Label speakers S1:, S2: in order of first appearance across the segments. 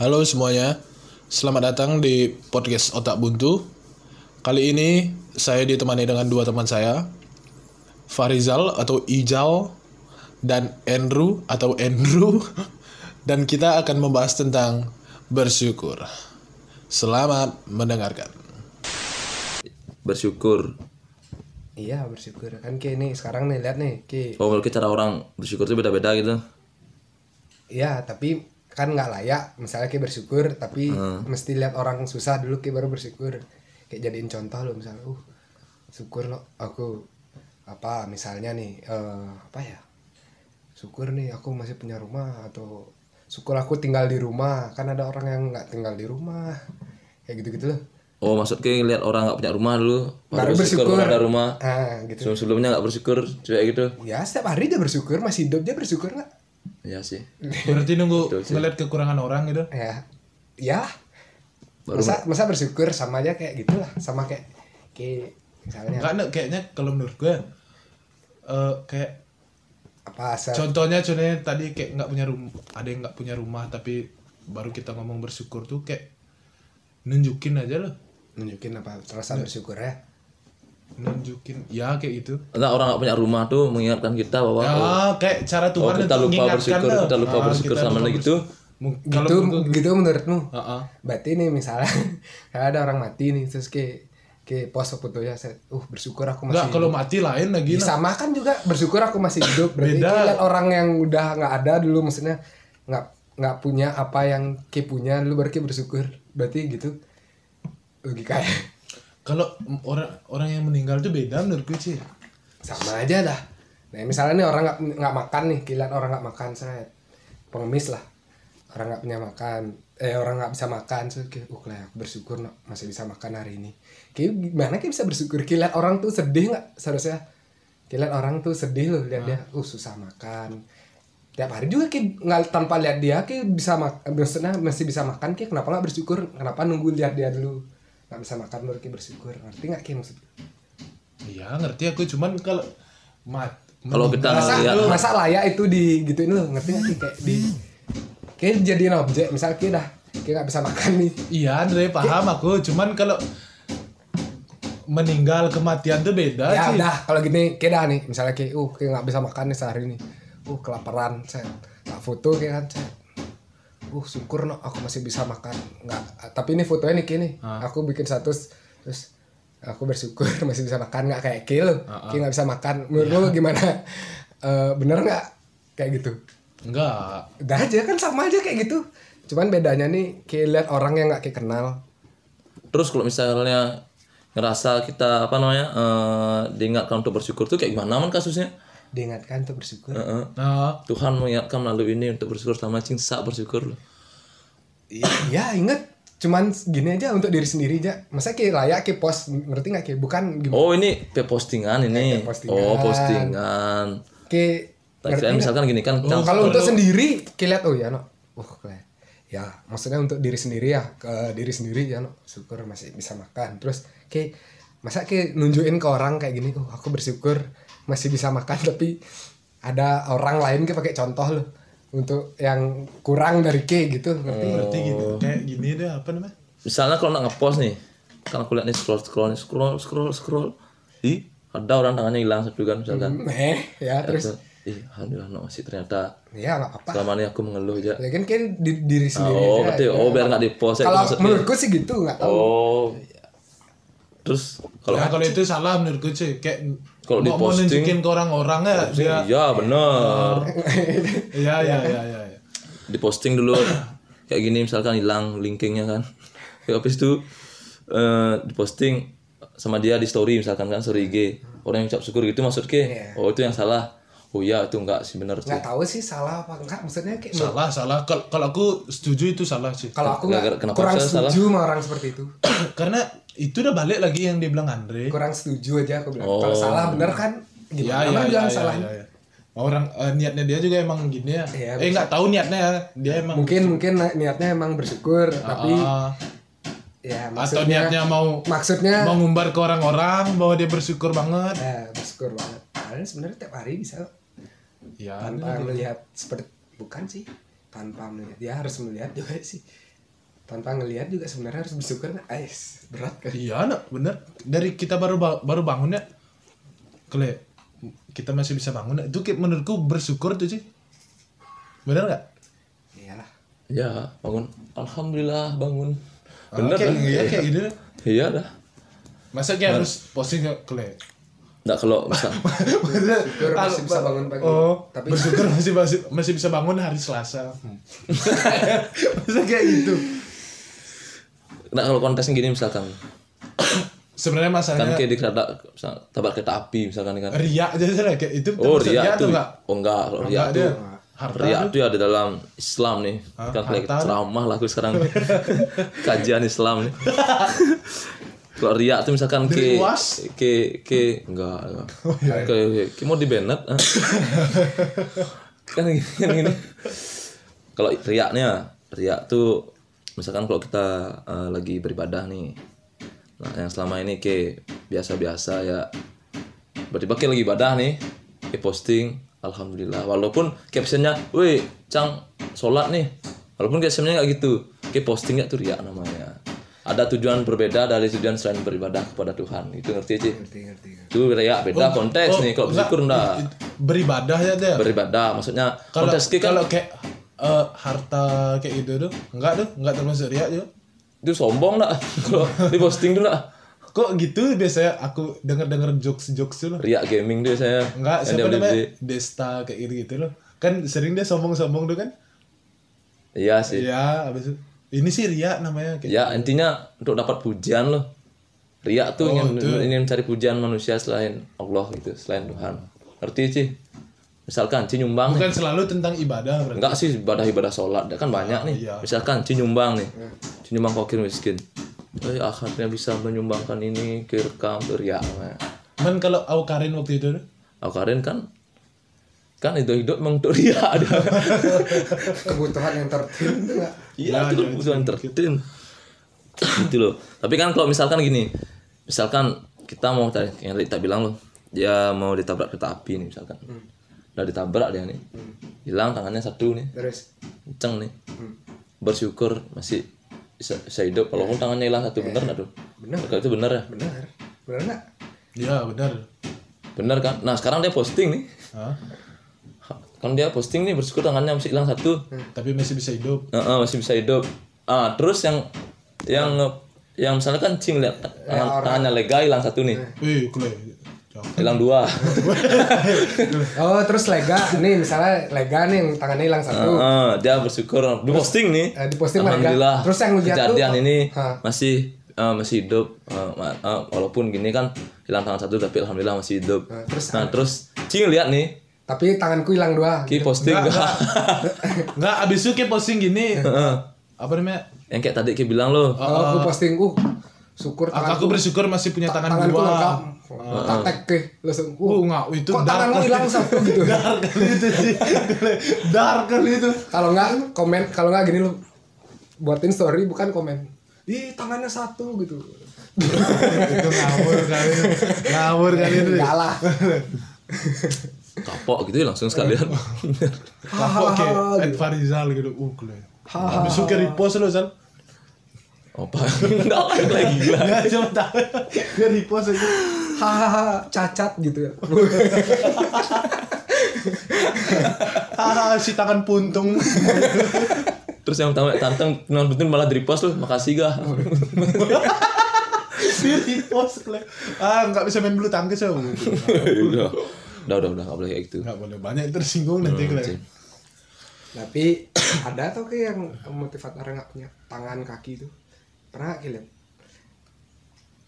S1: Halo semuanya, selamat datang di podcast Otak Buntu. Kali ini saya ditemani dengan dua teman saya, Farizal atau Ijal dan Andrew atau Andrew dan kita akan membahas tentang bersyukur. Selamat mendengarkan.
S2: bersyukur
S3: Iya bersyukur kan Ki nih sekarang nih lihat nih Ki
S2: oh menurut cara orang bersyukur itu beda-beda gitu
S3: Iya tapi kan nggak layak misalnya Ki bersyukur tapi
S2: Hmm.
S3: mesti lihat orang susah dulu Ki baru bersyukur kayak jadiin contoh lo misalnya uh syukur lo aku apa misalnya nih eh apa ya syukur nih aku masih punya rumah atau syukur aku tinggal di rumah kan ada orang yang nggak tinggal di rumah kayak gitu gitu loh
S2: oh maksudnya lihat orang nggak punya rumah dulu
S3: baru bersyukur
S2: kalau ada rumah
S3: ah gitu
S2: sebelum sebelumnya nggak bersyukur kayak gitu
S3: ya setiap hari dia bersyukur masih hidup dia bersyukur nggak
S2: ya sih
S1: Berarti nunggu ngeliat kekurangan orang gitu.
S3: ya ya masa masa bersyukur sama aja kayak gitulah sama kayak kayak misalnya
S1: Enggak, Nek. kayaknya kalau menurut gue eh, kayak
S3: apa asal
S1: contohnya contohnya tadi kayak nggak punya rumah ada yang nggak punya rumah tapi baru kita ngomong bersyukur tuh kayak nunjukin aja loh
S3: nunjukin apa terasa bersyukur ya
S1: nunjukin ya kayak gitu
S2: nah orang nggak punya rumah tuh mengingatkan kita bahwa
S1: ya
S2: oh,
S1: kayak cara
S2: oh,
S1: Tuhan
S2: kita
S1: untuk
S2: lupa
S1: mengingatkan
S2: bersyukur
S1: loh.
S2: kita lupa
S1: Ah,
S2: bersyukur
S1: kita
S2: sama
S1: lupa
S2: lo gitu
S1: Mung- kalau
S3: gitu
S1: menurut-
S3: gitu menurutmu
S1: Ah, ah.
S3: berarti nih misalnya kalau ada orang mati nih terus kayak kayak post fotonya saya uh bersyukur aku
S1: nggak
S3: masih
S1: kalau mati lain lagi
S3: hidup.
S1: lah
S3: sama kan juga bersyukur aku masih hidup berarti
S1: Beda.
S3: kayak lihat orang yang udah nggak ada dulu maksudnya nggak nggak punya apa yang kayak punya dulu baru kayak bersyukur berarti gitu ya. logikanya
S1: kalau orang orang yang meninggal tuh beda menurut gue sih
S3: sama aja dah nah misalnya nih orang nggak nggak makan nih kilat orang nggak makan saya pengemis lah orang nggak punya makan eh orang nggak bisa makan so kayak uh lah aku bersyukur nak masih bisa makan hari ini kayak gimana kayak bisa bersyukur kilat orang tuh sedih nggak seharusnya kilat orang tuh sedih loh lihat dia uh susah makan tiap hari juga kayak nggak tanpa lihat dia kayak bisa makan maksudnya masih bisa makan kayak kenapa nggak bersyukur kenapa nunggu lihat dia dulu nggak bisa makan baru kayak bersyukur ngerti nggak kayak maksud
S1: iya ngerti aku cuman kalau mat
S2: Kalau kita
S1: meninggal
S3: masa
S2: lihat-
S1: tuh-
S3: masa layak itu di gituin lu ngerti gak sih kayak di kayak jadiin objek misal kayak dah kayak nggak bisa makan nih
S1: Iya, Andre paham aku. Cuman kalau meninggal kematian tuh beda
S3: ya
S1: Ah, sih.
S3: udah kalau gini kayak dah nih misalnya kayak uh kayak nggak bisa makan nih sehari ini uh kelaparan saya tak foto kayak kan saya uh syukur no aku masih bisa makan nggak tapi ini fotonya nih kayak nih aku bikin status terus aku bersyukur masih bisa makan nggak kayak kayak lu kayak nggak bisa makan menurut lu gimana Eh, bener nggak kayak gitu
S1: Enggak.
S3: udah aja kan sama aja kayak gitu cuman bedanya nih kayak lihat orang yang nggak kayak kenal
S2: terus kalau misalnya ngerasa kita apa namanya eh, diingatkan untuk bersyukur tuh kayak gimana man kasusnya
S3: diingatkan untuk bersyukur
S2: Heeh.
S1: Nah,
S2: Tuhan mengingatkan melalui ini untuk bersyukur sama cingsa bersyukur loh.
S3: ya inget cuman gini aja untuk diri sendiri aja masa kayak layak kayak post ngerti nggak kayak bukan gimana
S2: Oh ini pe- postingan ini.
S3: Kayak postingan.
S2: Oh postingan.
S3: kayak
S2: Tak kirain misalkan gini kan. kita-
S3: Oh, kalau untuk sendiri kayak lihat oh ya no oh kayak ya maksudnya untuk diri sendiri ya ke diri sendiri ya no syukur masih bisa makan terus kayak masa kayak nunjukin ke orang kayak gini oh aku bersyukur masih bisa makan tapi ada orang lain kayak pakai contoh loh untuk yang kurang dari K gitu
S2: Oh,
S3: ngerti
S1: berarti gitu. Kayak gini deh apa namanya?
S2: Misalnya kalau nak ngepost nih, kan aku lihat nih scroll scroll nih, scroll scroll scroll. Ih ada orang tangannya hilang satu kan Iya, misalkan.
S3: eh ya terus
S2: Ih alhamdulillah no, masih ternyata
S3: ya nggak apa-apa
S2: selama ini aku mengeluh aja.
S3: ya kan kayak di- diri
S2: Oh
S3: sendiri aja. Iya.
S2: berarti oh biar nggak dipost ya itu
S3: kalau Iya.
S2: maksudnya.
S3: menurutku sih gitu nggak tahu
S2: Oh. Terus kalau
S1: Nah, kalau itu salah menurutku cuy. Kayak
S2: Kalau
S1: mau, mau
S2: diposting-
S1: nunjukin ke orang-orang ya dia.
S2: iya
S3: Ah.
S2: bener.
S1: Iya, iya, iya, iya. iya.
S2: diposting dulu kayak gini misalkan hilang linkingnya kan kayak habis itu eh, diposting sama dia di story misalkan kan story IG orang yang ucap syukur gitu maksud ke oh itu yang salah oh iya itu enggak sih bener sih
S3: nggak tahu sih salah apa enggak maksudnya kayak
S1: Salah, salah. Kalau kalau aku setuju itu salah sih.
S3: kalau aku
S2: Nggak,
S3: nggak
S2: kenapa
S3: kurang
S2: saya salah?
S3: setuju sama orang seperti itu
S1: Karena itu udah balik lagi yang dibilang Andre.
S3: kurang setuju aja aku bilang kalau salah bener kan
S1: Iya,
S3: gimana
S1: iya,
S3: mana
S1: iya,
S3: bilang
S1: iya,
S3: salah
S1: iya, iya. Orang eh, niatnya dia juga emang gini ya.
S3: Iya,
S1: eh nggak tahu niatnya ya. Dia emang
S3: mungkin mungkin na- niatnya emang bersyukur tapi
S1: Ah.
S3: ya
S1: atau
S3: maksudnya
S1: niatnya mau
S3: maksudnya
S1: mau ngumbar ke orang-orang bahwa dia bersyukur banget
S3: eh, bersyukur banget padahal sebenarnya tiap hari bisa
S1: ya
S3: tanpa melihat seperti bukan sih tanpa melihat dia harus melihat juga sih tanpa ngelihat juga sebenarnya harus bersyukur nah, ais berat kan
S1: Iya, nak, bener. Dari kita baru ba- baru bangun ya, kle, kita masih bisa bangun. ya. Itu kayak menurutku bersyukur tuh sih. Bener nggak?
S3: iyalah
S2: ya bangun alhamdulillah bangun
S1: Ah,
S2: bener
S1: kayak,
S2: dah.
S1: iya, kayak gitu. dah.
S2: iya dah
S1: Masa kayak harus posting ya, kle?
S2: nggak kalau misal
S3: bersyukur masih bisa bangun pagi
S1: Oh,
S3: tapi
S1: bersyukur masih, masih masih bisa bangun hari Selasa. Masa kayak gitu.
S2: nggak kalau kontesnya gini misalkan
S1: Sebenarnya
S2: kan
S1: masalahnya
S2: kayak di kereta misal, tabrak kereta api misalkan kan
S1: ria aja sih lah, kayak itu.
S2: oh
S1: termasuk
S2: ria
S1: atau
S2: tuh
S1: nggak?
S2: oh enggak kalau ria
S1: Nggak ada.
S2: tuh
S1: Harta
S2: ria
S1: tuh.
S2: tuh ya ada dalam Islam nih
S1: Hah?
S2: kan kayak
S1: Harta?
S2: ceramah lah aku sekarang kajian Islam nih kalau ria tuh misalkan
S1: Dari
S2: ke
S1: UAS?
S2: ke ke enggak enggak.
S1: Oh, iya.
S2: ke ke mau di Bennett ah. kan gini, kan gini. kalau riaknya riak tuh misalkan kalau kita eh, lagi beribadah nih nah yang selama ini ke biasa-biasa ya tiba-tiba kayak lagi ibadah nih kayak posting alhamdulillah walaupun captionnya weh cang sholat nih walaupun captionnya nggak gitu kayak posting nggak tuh riak namanya ada tujuan berbeda dari tujuan selain beribadah kepada Tuhan itu ngerti sih
S3: ngerti ngerti
S2: itu
S3: ngerti.
S2: riak beda
S1: Oh,
S2: konteks nih kalau
S1: nggak,
S2: bersyukur enggak
S1: i- Beribadah ya deh.
S2: beribadah maksudnya
S1: kalau
S2: konteks ke kan
S1: kalau kayak eh, harta kayak gitu tuh enggak tuh enggak termasuk riak tuh
S2: itu sombong nak kalau di posting tuh nak
S1: kok gitu biasanya aku denger denger jokes jokes tuh loh
S2: riak gaming tuh saya
S1: enggak siapa
S2: beli-beli.
S1: namanya Desta kayak gitu gitu loh kan sering dia sombong sombong tuh kan
S2: iya sih
S1: ya abis itu ini sih riak namanya kayak
S2: ya intinya untuk dapat pujian loh riak
S1: Oh,
S2: tuh ingin,
S1: itu.
S2: ingin mencari pujian manusia selain Allah gitu selain Tuhan ngerti sih misalkan Ci nyumbang nih.
S1: bukan selalu tentang ibadah berarti
S2: enggak sih ibadah ibadah sholat kan banyak nih
S1: iya.
S2: misalkan Ci nyumbang nih Ci nyumbang fakir miskin Eh, akhirnya bisa menyumbangkan ini ke rekam ke riak namanya.
S1: cuman kalau aku Karin waktu itu tuh
S2: Aku karen kan kan itu hidup emang untuk dia ada.
S3: kebutuhan yang tertentu nggak
S2: Iya itu loh kebutuhan tertin. itu gitu. loh. Tapi kan kalau misalkan gini, misalkan kita mau tadi yang tadi tak bilang loh, dia mau ditabrak kereta api nih misalkan. Udah ditabrak dia nih. Hilang tangannya satu nih,
S3: terus
S2: kenceng nih. Bersyukur masih bisa, bisa hidup walaupun tangannya hilang satu Ya. bener enggak tuh?
S3: Bener.
S2: Kalau itu bener ya.
S3: benar benar nggak
S1: ya benar
S2: Bener kan? Nah, sekarang dia posting nih.
S1: Hah?
S2: Kan dia posting nih bersyukur tangannya masih hilang satu.
S1: tapi masih bisa hidup
S2: Heeh, masih bisa hidup. Ah, terus yang yang yang misalnya kan cing lihat
S3: Ya,
S2: tangan, tangannya lega hilang satu nih.
S3: Eh.
S1: wih kule Jauh.
S2: Hilang dua.
S3: oh terus lega nih misalnya lega nih yang tangannya hilang satu
S1: Ah.
S2: Heeh, dia bersyukur di posting nih.
S3: eh, di posting mereka.
S2: Alhamdulillah.
S3: Terus yang ngeliat tuh-
S2: kejadian ini
S3: Ha.
S2: masih eh, masih hidup Eh, ma- eh, walaupun gini kan hilang tangan satu tapi alhamdulillah masih hidup.
S3: Eh, terus-
S2: nah, terus cing lihat nih
S3: tapi tanganku hilang dua
S2: Ki posting enggak.
S1: nggak abis itu kayak posting gini apa namanya
S2: yang kayak tadi Ki bilang loh.
S3: oh aku posting uh syukur
S1: aku, aku bersyukur masih punya tangan,
S3: tanganku
S1: dua
S3: lengkap tak tek ke langsung
S1: Oh,
S3: uh
S1: enggak, itu
S3: kok
S1: dark
S3: tanganmu
S1: kali.
S3: hilang satu gitu
S1: Dark kali itu sih. Dark kali itu.
S3: kalau nggak komen kalau nggak gini lu buatin story bukan komen ih tangannya satu gitu
S1: itu ngawur kali itu. Ngawur kali itu.
S3: enggak lah
S2: Kapok gitu langsung sekalian.
S1: Kapok kayak Ed Farizal gitu. Uh, kule. Habis itu ke repost lo, Sal.
S2: Apa? Enggak lagi gila.
S1: Ya, coba tahu. Dia repost aja.
S3: hahaha cacat gitu ya
S1: Haha, si tangan puntung.
S2: Terus yang pertama tantang non betul malah di repost loh. Makasih gah.
S1: si repost, kule. Ah, enggak bisa main bulu tangkis ya.
S2: Iya. udah, udah, udah, udah, nggak boleh kayak gitu.
S1: Enggak boleh banyak yang tersinggung nanti, kule.
S2: Cing.
S3: tapi ada tau kayak yang motivat orang nggak punya tangan kaki itu pernah nggak kalian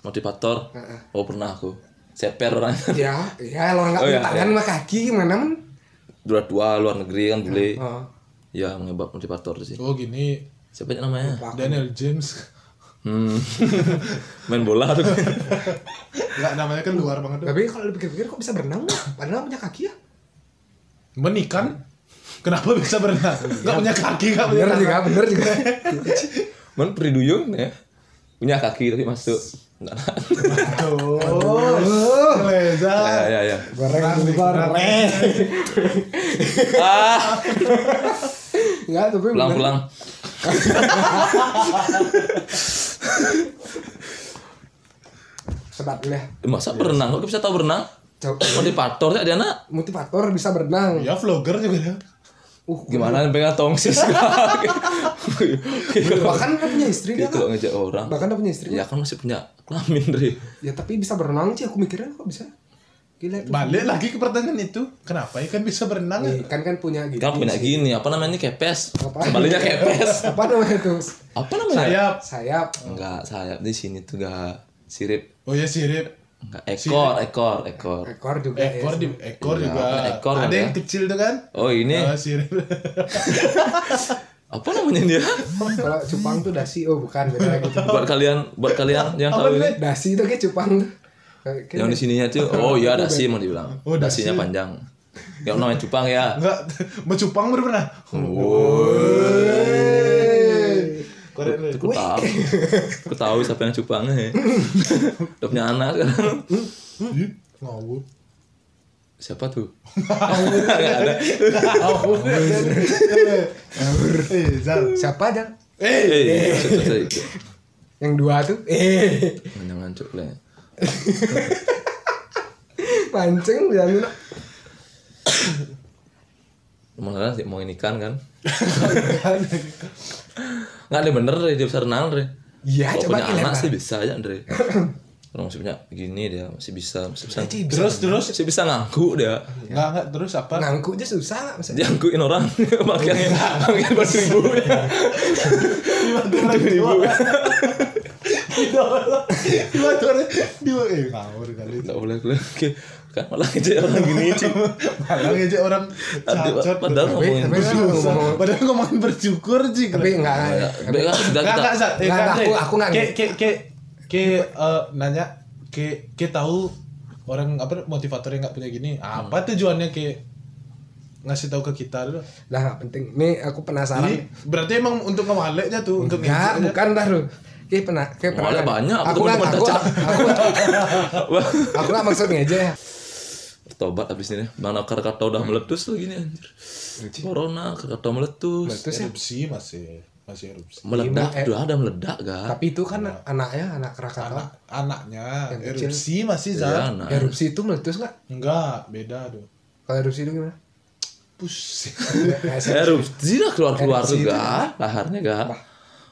S2: Motivator.
S3: Heeh.
S2: Oh pernah aku. Ceper orang.
S3: ya ya lo nggak
S2: Oh, iya,
S3: punya tangan sama kaki gimana men
S2: Dua dua luar negeri kan boleh.
S3: oh,
S2: Ya mengebab motivator sih.
S1: Oh, gini.
S2: Siapa itu namanya?
S1: Daniel James.
S2: Hmm. Main bola tuh.
S1: Enggak namanya kan luar banget.
S3: tapi kalau dipikir-pikir kok bisa berenang ya? padahal punya kaki ya
S1: Menikan? Kenapa bisa berenang?
S2: Iya.
S1: Gak punya kaki, gak punya
S3: bener juga bener juga
S2: Main periduyung ya. Punya kaki tapi masuk. Nggak, nggak.
S1: Oh, Leza.
S2: Ya ya ya.
S3: goreng
S1: Rame,
S3: goreng
S1: rame.
S2: Ah.
S3: Enggak, Ya, tapi
S2: Pulang
S3: bener.
S2: pulang.
S3: Sedap dulu ya.
S2: Eh, Masa berenang? Kok bisa tahu berenang?
S3: Coba.
S2: Motivator ya Diana?
S3: Multifaktor bisa berenang.
S1: ya vlogger juga ya
S3: Uh,
S2: Gimana pegang tong sis?
S3: bahkan kan punya istri dia
S2: Gitu
S3: kan.
S2: loh ngejak orang.
S3: Bahkan dia punya istri.
S2: Ya kan masih punya kelamin dari
S3: Ya tapi bisa berenang sih aku mikirnya kok bisa. Gila tuh.
S1: balik lagi ke pertanyaan itu kenapa ikan bisa berenang ya?
S3: Nih, kan kan punya gitu.
S2: Kan punya gini, apa namanya kepes?
S3: Apa?
S2: Sebaliknya kepes.
S3: Apa namanya itu?
S2: Apa namanya?
S1: sayap
S3: Sayap.
S2: Enggak, sayap di sini tuh enggak sirip.
S1: oh ya sirip
S2: Enggak, ekor, ekor, ekor.
S3: Ekor juga ya.
S1: ekor di ekor
S2: Iya,
S1: juga
S2: ekor
S1: ada
S2: ada.
S1: yang kecil tuh kan
S2: Oh, ini
S1: Ah, sirip
S2: apa namanya dia?
S3: Kalau cupang tuh dasi. Oh, bukan beda lagi.
S2: buat kalian, buat kalian yang
S1: Apa
S2: tahu ini.
S1: namanya?
S3: Dasi itu kayak cupang tuh. Kayak- kayak-
S2: Yang di sininya tuh, oh iya dasi mau dibilang.
S1: Oh, dasi.
S2: dasinya panjang. Ya namanya cupang ya.
S1: enggak mencupang baru pernah keren lu.
S2: Aku tahu. Aku tahu siapa yang cupangnya. Udah punya anak sekarang.
S1: Ih, ngawur
S2: Siapa tuh? Nggak ada.
S1: eh Zal
S3: Siapa aja?
S1: eh
S2: Eh, maksud saya itu.
S3: Yang dua tuh. Eh,
S2: Jangan cukle.
S3: pancing jangan.
S2: Malah sih mau ikan kan? Nggak ada bener deh, dia bisa renang deh.
S3: Iya,
S2: Kalau
S3: coba
S2: punya
S3: ini,
S2: anak
S3: Pak.
S2: sih bisa aja Andre. Orang masih punya begini dia masih bisa masih bisa
S1: terus terus
S2: masih bisa ngangku dia.
S1: enggak
S3: Ya.
S1: enggak terus apa
S3: Ngangkut aja susah nggak bisa.
S2: Dia ngangkuin orang makanya makanya pas ribu.
S1: Dua dua dua eh ngawur kali.
S2: Enggak boleh boleh. Oke. Kan malah aja orang gini sih.
S1: Malah aja orang cacat.
S2: Padahal ngomongin
S3: tapi-
S2: bersyukur.
S1: Padahal- Padahal ngomongin bersyukur sih.
S3: Tapi enggak.
S2: Ya, baik lah, sudah
S1: Enggak,
S2: kita.
S1: enggak, Zat. Eh,
S3: Enggak,
S1: enggak,
S3: enggak, aku-
S1: Zat.
S3: aku enggak
S1: Ke,
S3: ngerti.
S1: ke, ke, ke, eh, nanya, ke, ke tahu orang apa motivator yang nggak punya gini.
S3: Hmm.
S1: Apa tujuannya ke ngasih tahu ke kita dulu?
S3: Lah nggak penting. Nih aku penasaran.
S1: Jadi, berarti emang untuk ngewalek aja tuh, untuk ngisi
S3: Enggak,
S1: aja.
S3: bukan dah lu. Kayak pernah, kayak pernah.
S2: Malah banyak, aku
S3: Aku
S2: temen
S3: nggak,
S2: temen
S3: aku,
S2: cacat.
S3: aku, aku nggak maksud ngeje ya.
S2: Tobat abis ini. Bang Nakar kata udah meletus tuh gini anjir. Corona kata meletus.
S3: Terus ya,
S1: Erupsi masih, masih erupsi.
S2: Meledak,
S3: Gimana, eh?
S2: udah ada meledak gak?
S3: tapi itu kan anaknya anak Krakatau.
S1: Anak, anaknya
S3: Yang kecil.
S1: erupsi masih
S2: Ya,
S1: Zat.
S2: nah.
S3: Erupsi itu meletus nggak?
S1: Enggak, beda tuh.
S3: Kalau erupsi itu gimana?
S1: Pusing.
S3: Nggak sih.
S2: Erupsi dah keluar-keluar
S3: Erupsi
S2: tuh
S3: itu.
S2: gak? Laharnya gak?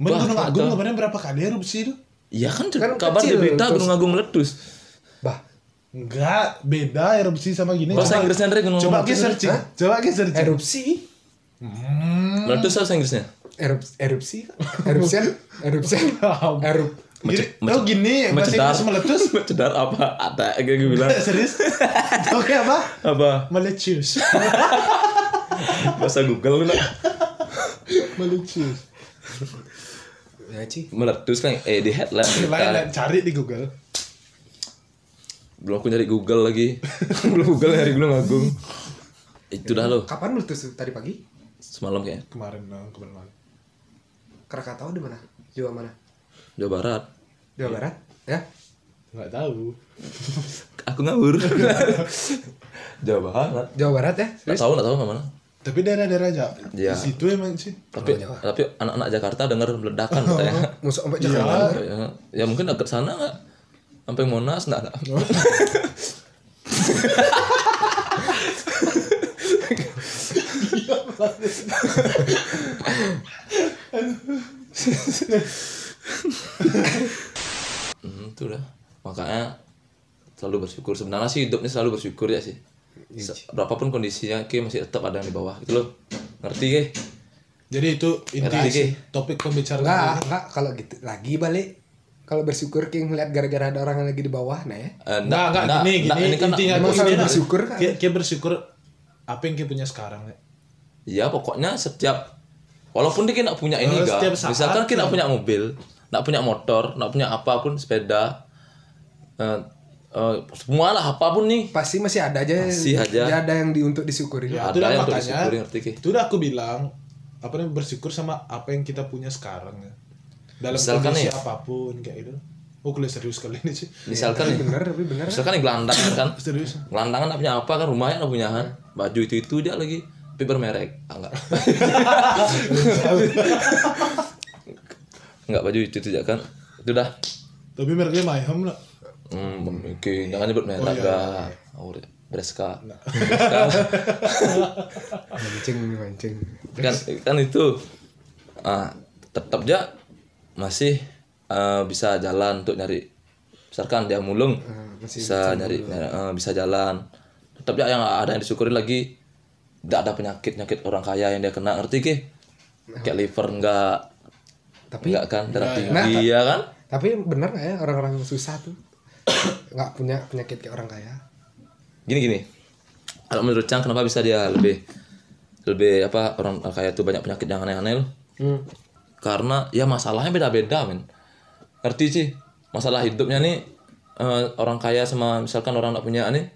S1: Men,
S2: Bah,
S1: Gunung Agung
S2: kata-
S1: kemarin berapa kali ya, erupsi tuh?
S2: Iya kan,
S3: Kan
S2: kabar di
S3: kecil,
S2: berita
S3: terus-
S2: Gunung Agung meletus.
S3: Bah,
S1: Enggak, beda erupsi sama gini.
S2: Bahasa
S1: Coba-
S2: Inggrisnya, Andre, ngomong
S1: Coba ke
S2: apa sih,
S1: searching. Coba ke searching.
S3: erupsi,
S2: Meletus apa bahasa Inggrisnya?
S3: erupsi, erupsi, erupsian, erupsian, erup.
S1: Gini,
S2: Mece-
S1: tau gini, Iya, bahasa
S2: Mencedar.
S1: Inggris meletus.
S2: Mencedar apa? Ada, kayak gue bilang.
S1: Serius? Tau kayak apa?
S2: Apa?
S1: Melecus.
S2: Bahasa Google lah.
S1: Melecus.
S3: Ya Ci.
S2: Meletus kan, eh di headline
S1: Lain, lain.
S2: berita.
S1: Cari di Google.
S2: Belum aku nyari Google lagi. Belum Google nyari Gunung Agung. Itu dah loh,
S3: Kapan meletus tuh? Tadi pagi?
S2: semalam kayaknya.
S1: Kemarin, eh, kemarin malam.
S3: Krakatau di mana? Jawa mana?
S2: Jawa Barat.
S3: Jawa Barat? Ya?
S1: Nggak tahu.
S2: Aku ngawur. Jawa Barat.
S3: Jawa Barat ya?
S2: Nggak tahu, nggak tahu nggak mana.
S1: Tapi daerah-daerah aja.
S2: Iya.
S1: Di situ emang sih.
S2: Tapi tapi anak-anak Jakarta dengar meledakan katanya.
S3: Musuh sampai
S1: Iya.
S3: Jakarta.
S2: ya, ya mungkin dekat sana nggak? Sampai Monas nggak ada.
S1: Oh.
S2: hmm, itu dah. Makanya selalu bersyukur. Sebenarnya sih hidupnya selalu bersyukur ya sih.
S1: Iya.
S2: Se- Berapapun kondisinya, Ki masih tetap ada yang di bawah gitu loh. Ngerti, Ki?
S1: Jadi itu inti
S2: Merah, Ki.
S1: topik pembicaraan.
S3: Enggak, enggak kalau gitu lagi balik kalau bersyukur King ngeliat gara-gara ada orang yang lagi di bawah nah ya.
S2: Eh,
S1: Enggak, enggak, gini, gini.
S2: ini kan
S1: intinya
S3: emang selalu
S1: intinya-
S3: bersyukur kan?
S1: Ki- Ki bersyukur apa yang Ki punya sekarang, Nek?
S2: Ya pokoknya setiap walaupun dia tidak punya ini
S1: Oh,
S2: ga,
S1: setiap saat,
S2: misalkan kita punya mobil, tidak punya motor, tidak punya apapun sepeda, eh, eh, semua lah apapun nih
S3: Pasti masih ada aja
S2: Masih aja.
S3: ya ada Iya. yang di, untuk disyukuri.
S1: Ya,
S2: Ada
S1: itu dah
S2: yang perlu
S1: makanya. Iya,
S2: disyukuri, ngerti, Ki?
S1: Itu udah aku bilang apa namanya bersyukur sama apa yang kita punya sekarang ya. Dalam
S2: Misalkan
S1: kondisi
S2: ya.
S1: apapun kayak gitu. Oh, kuliah serius kali ini sih.
S2: misalkan nih,
S3: Bener, tapi bener.
S2: misalkan nih gelandangan kan,
S1: Serius.
S2: gelandangan tidak punya apa kan rumahnya tidak punya kan, baju itu itu dia lagi tapi bermerek ah, enggak enggak baju itu tidak kan itu dah
S1: Tapi mereknya My Home lah.
S2: hmm, memiliki jangan nyebut merek
S1: Oh,
S2: oh,
S1: iya, Nah.
S2: dah oh, Breska
S3: mancing mancing
S2: kan kan itu ah, tetap aja masih eh, bisa jalan untuk nyari misalkan dia mulung
S3: Ah, masih
S2: bisa nyari eh, bisa jalan tetap aja yang ada yang disyukuri lagi tidak ada penyakit penyakit orang kaya yang dia kena ngerti ke kayak liver enggak
S3: Nah. tapi
S2: enggak kan darah
S3: Nah,
S2: tinggi ya kan
S3: tapi bener nggak ya orang-orang susah tuh nggak punya penyakit kayak orang kaya
S2: gini gini kalau menurut Cang kenapa bisa dia lebih lebih apa orang kaya tuh banyak penyakit yang aneh-aneh loh
S3: hmm.
S2: karena ya masalahnya beda-beda men ngerti sih masalah hidupnya nih eh, orang kaya sama misalkan orang nggak punya nih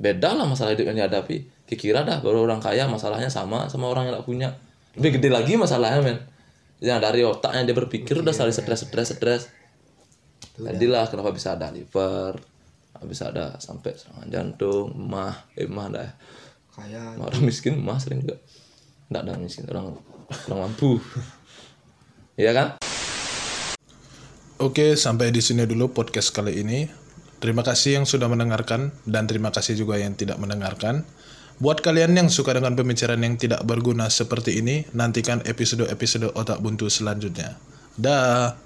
S2: beda lah masalah hidup yang dihadapi kira dah baru orang kaya masalahnya sama sama orang yang nggak punya lebih gede lagi masalahnya men ya dari otaknya dia berpikir udah saling stres stres stres jadilah kenapa bisa ada liver bisa ada sampai serangan jantung mah eh mah dah
S3: kaya
S2: orang miskin mah sering juga nggak ada miskin orang orang mampu Iya kan
S1: Oke, sampai di sini dulu podcast kali ini. Terima kasih yang sudah mendengarkan dan terima kasih juga yang tidak mendengarkan. Buat kalian yang suka dengan pembicaraan yang tidak berguna seperti ini, nantikan episode-episode Otak Buntu selanjutnya. Dah.